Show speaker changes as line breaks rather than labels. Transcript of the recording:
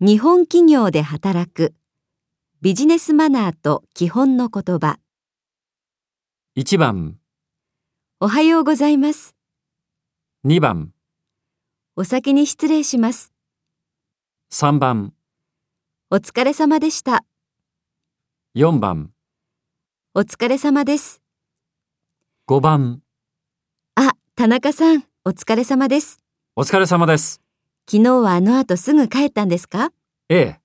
日本企業で働くビジネスマナーと基本の言葉
1番、
おはようございます
2番、
お先に失礼します
3番、
お疲れ様でした
4番、
お疲れ様です
5番、
あ田中さんお疲れ様です
お疲れ様です。
昨日はあの後すぐ帰ったんですか
ええ、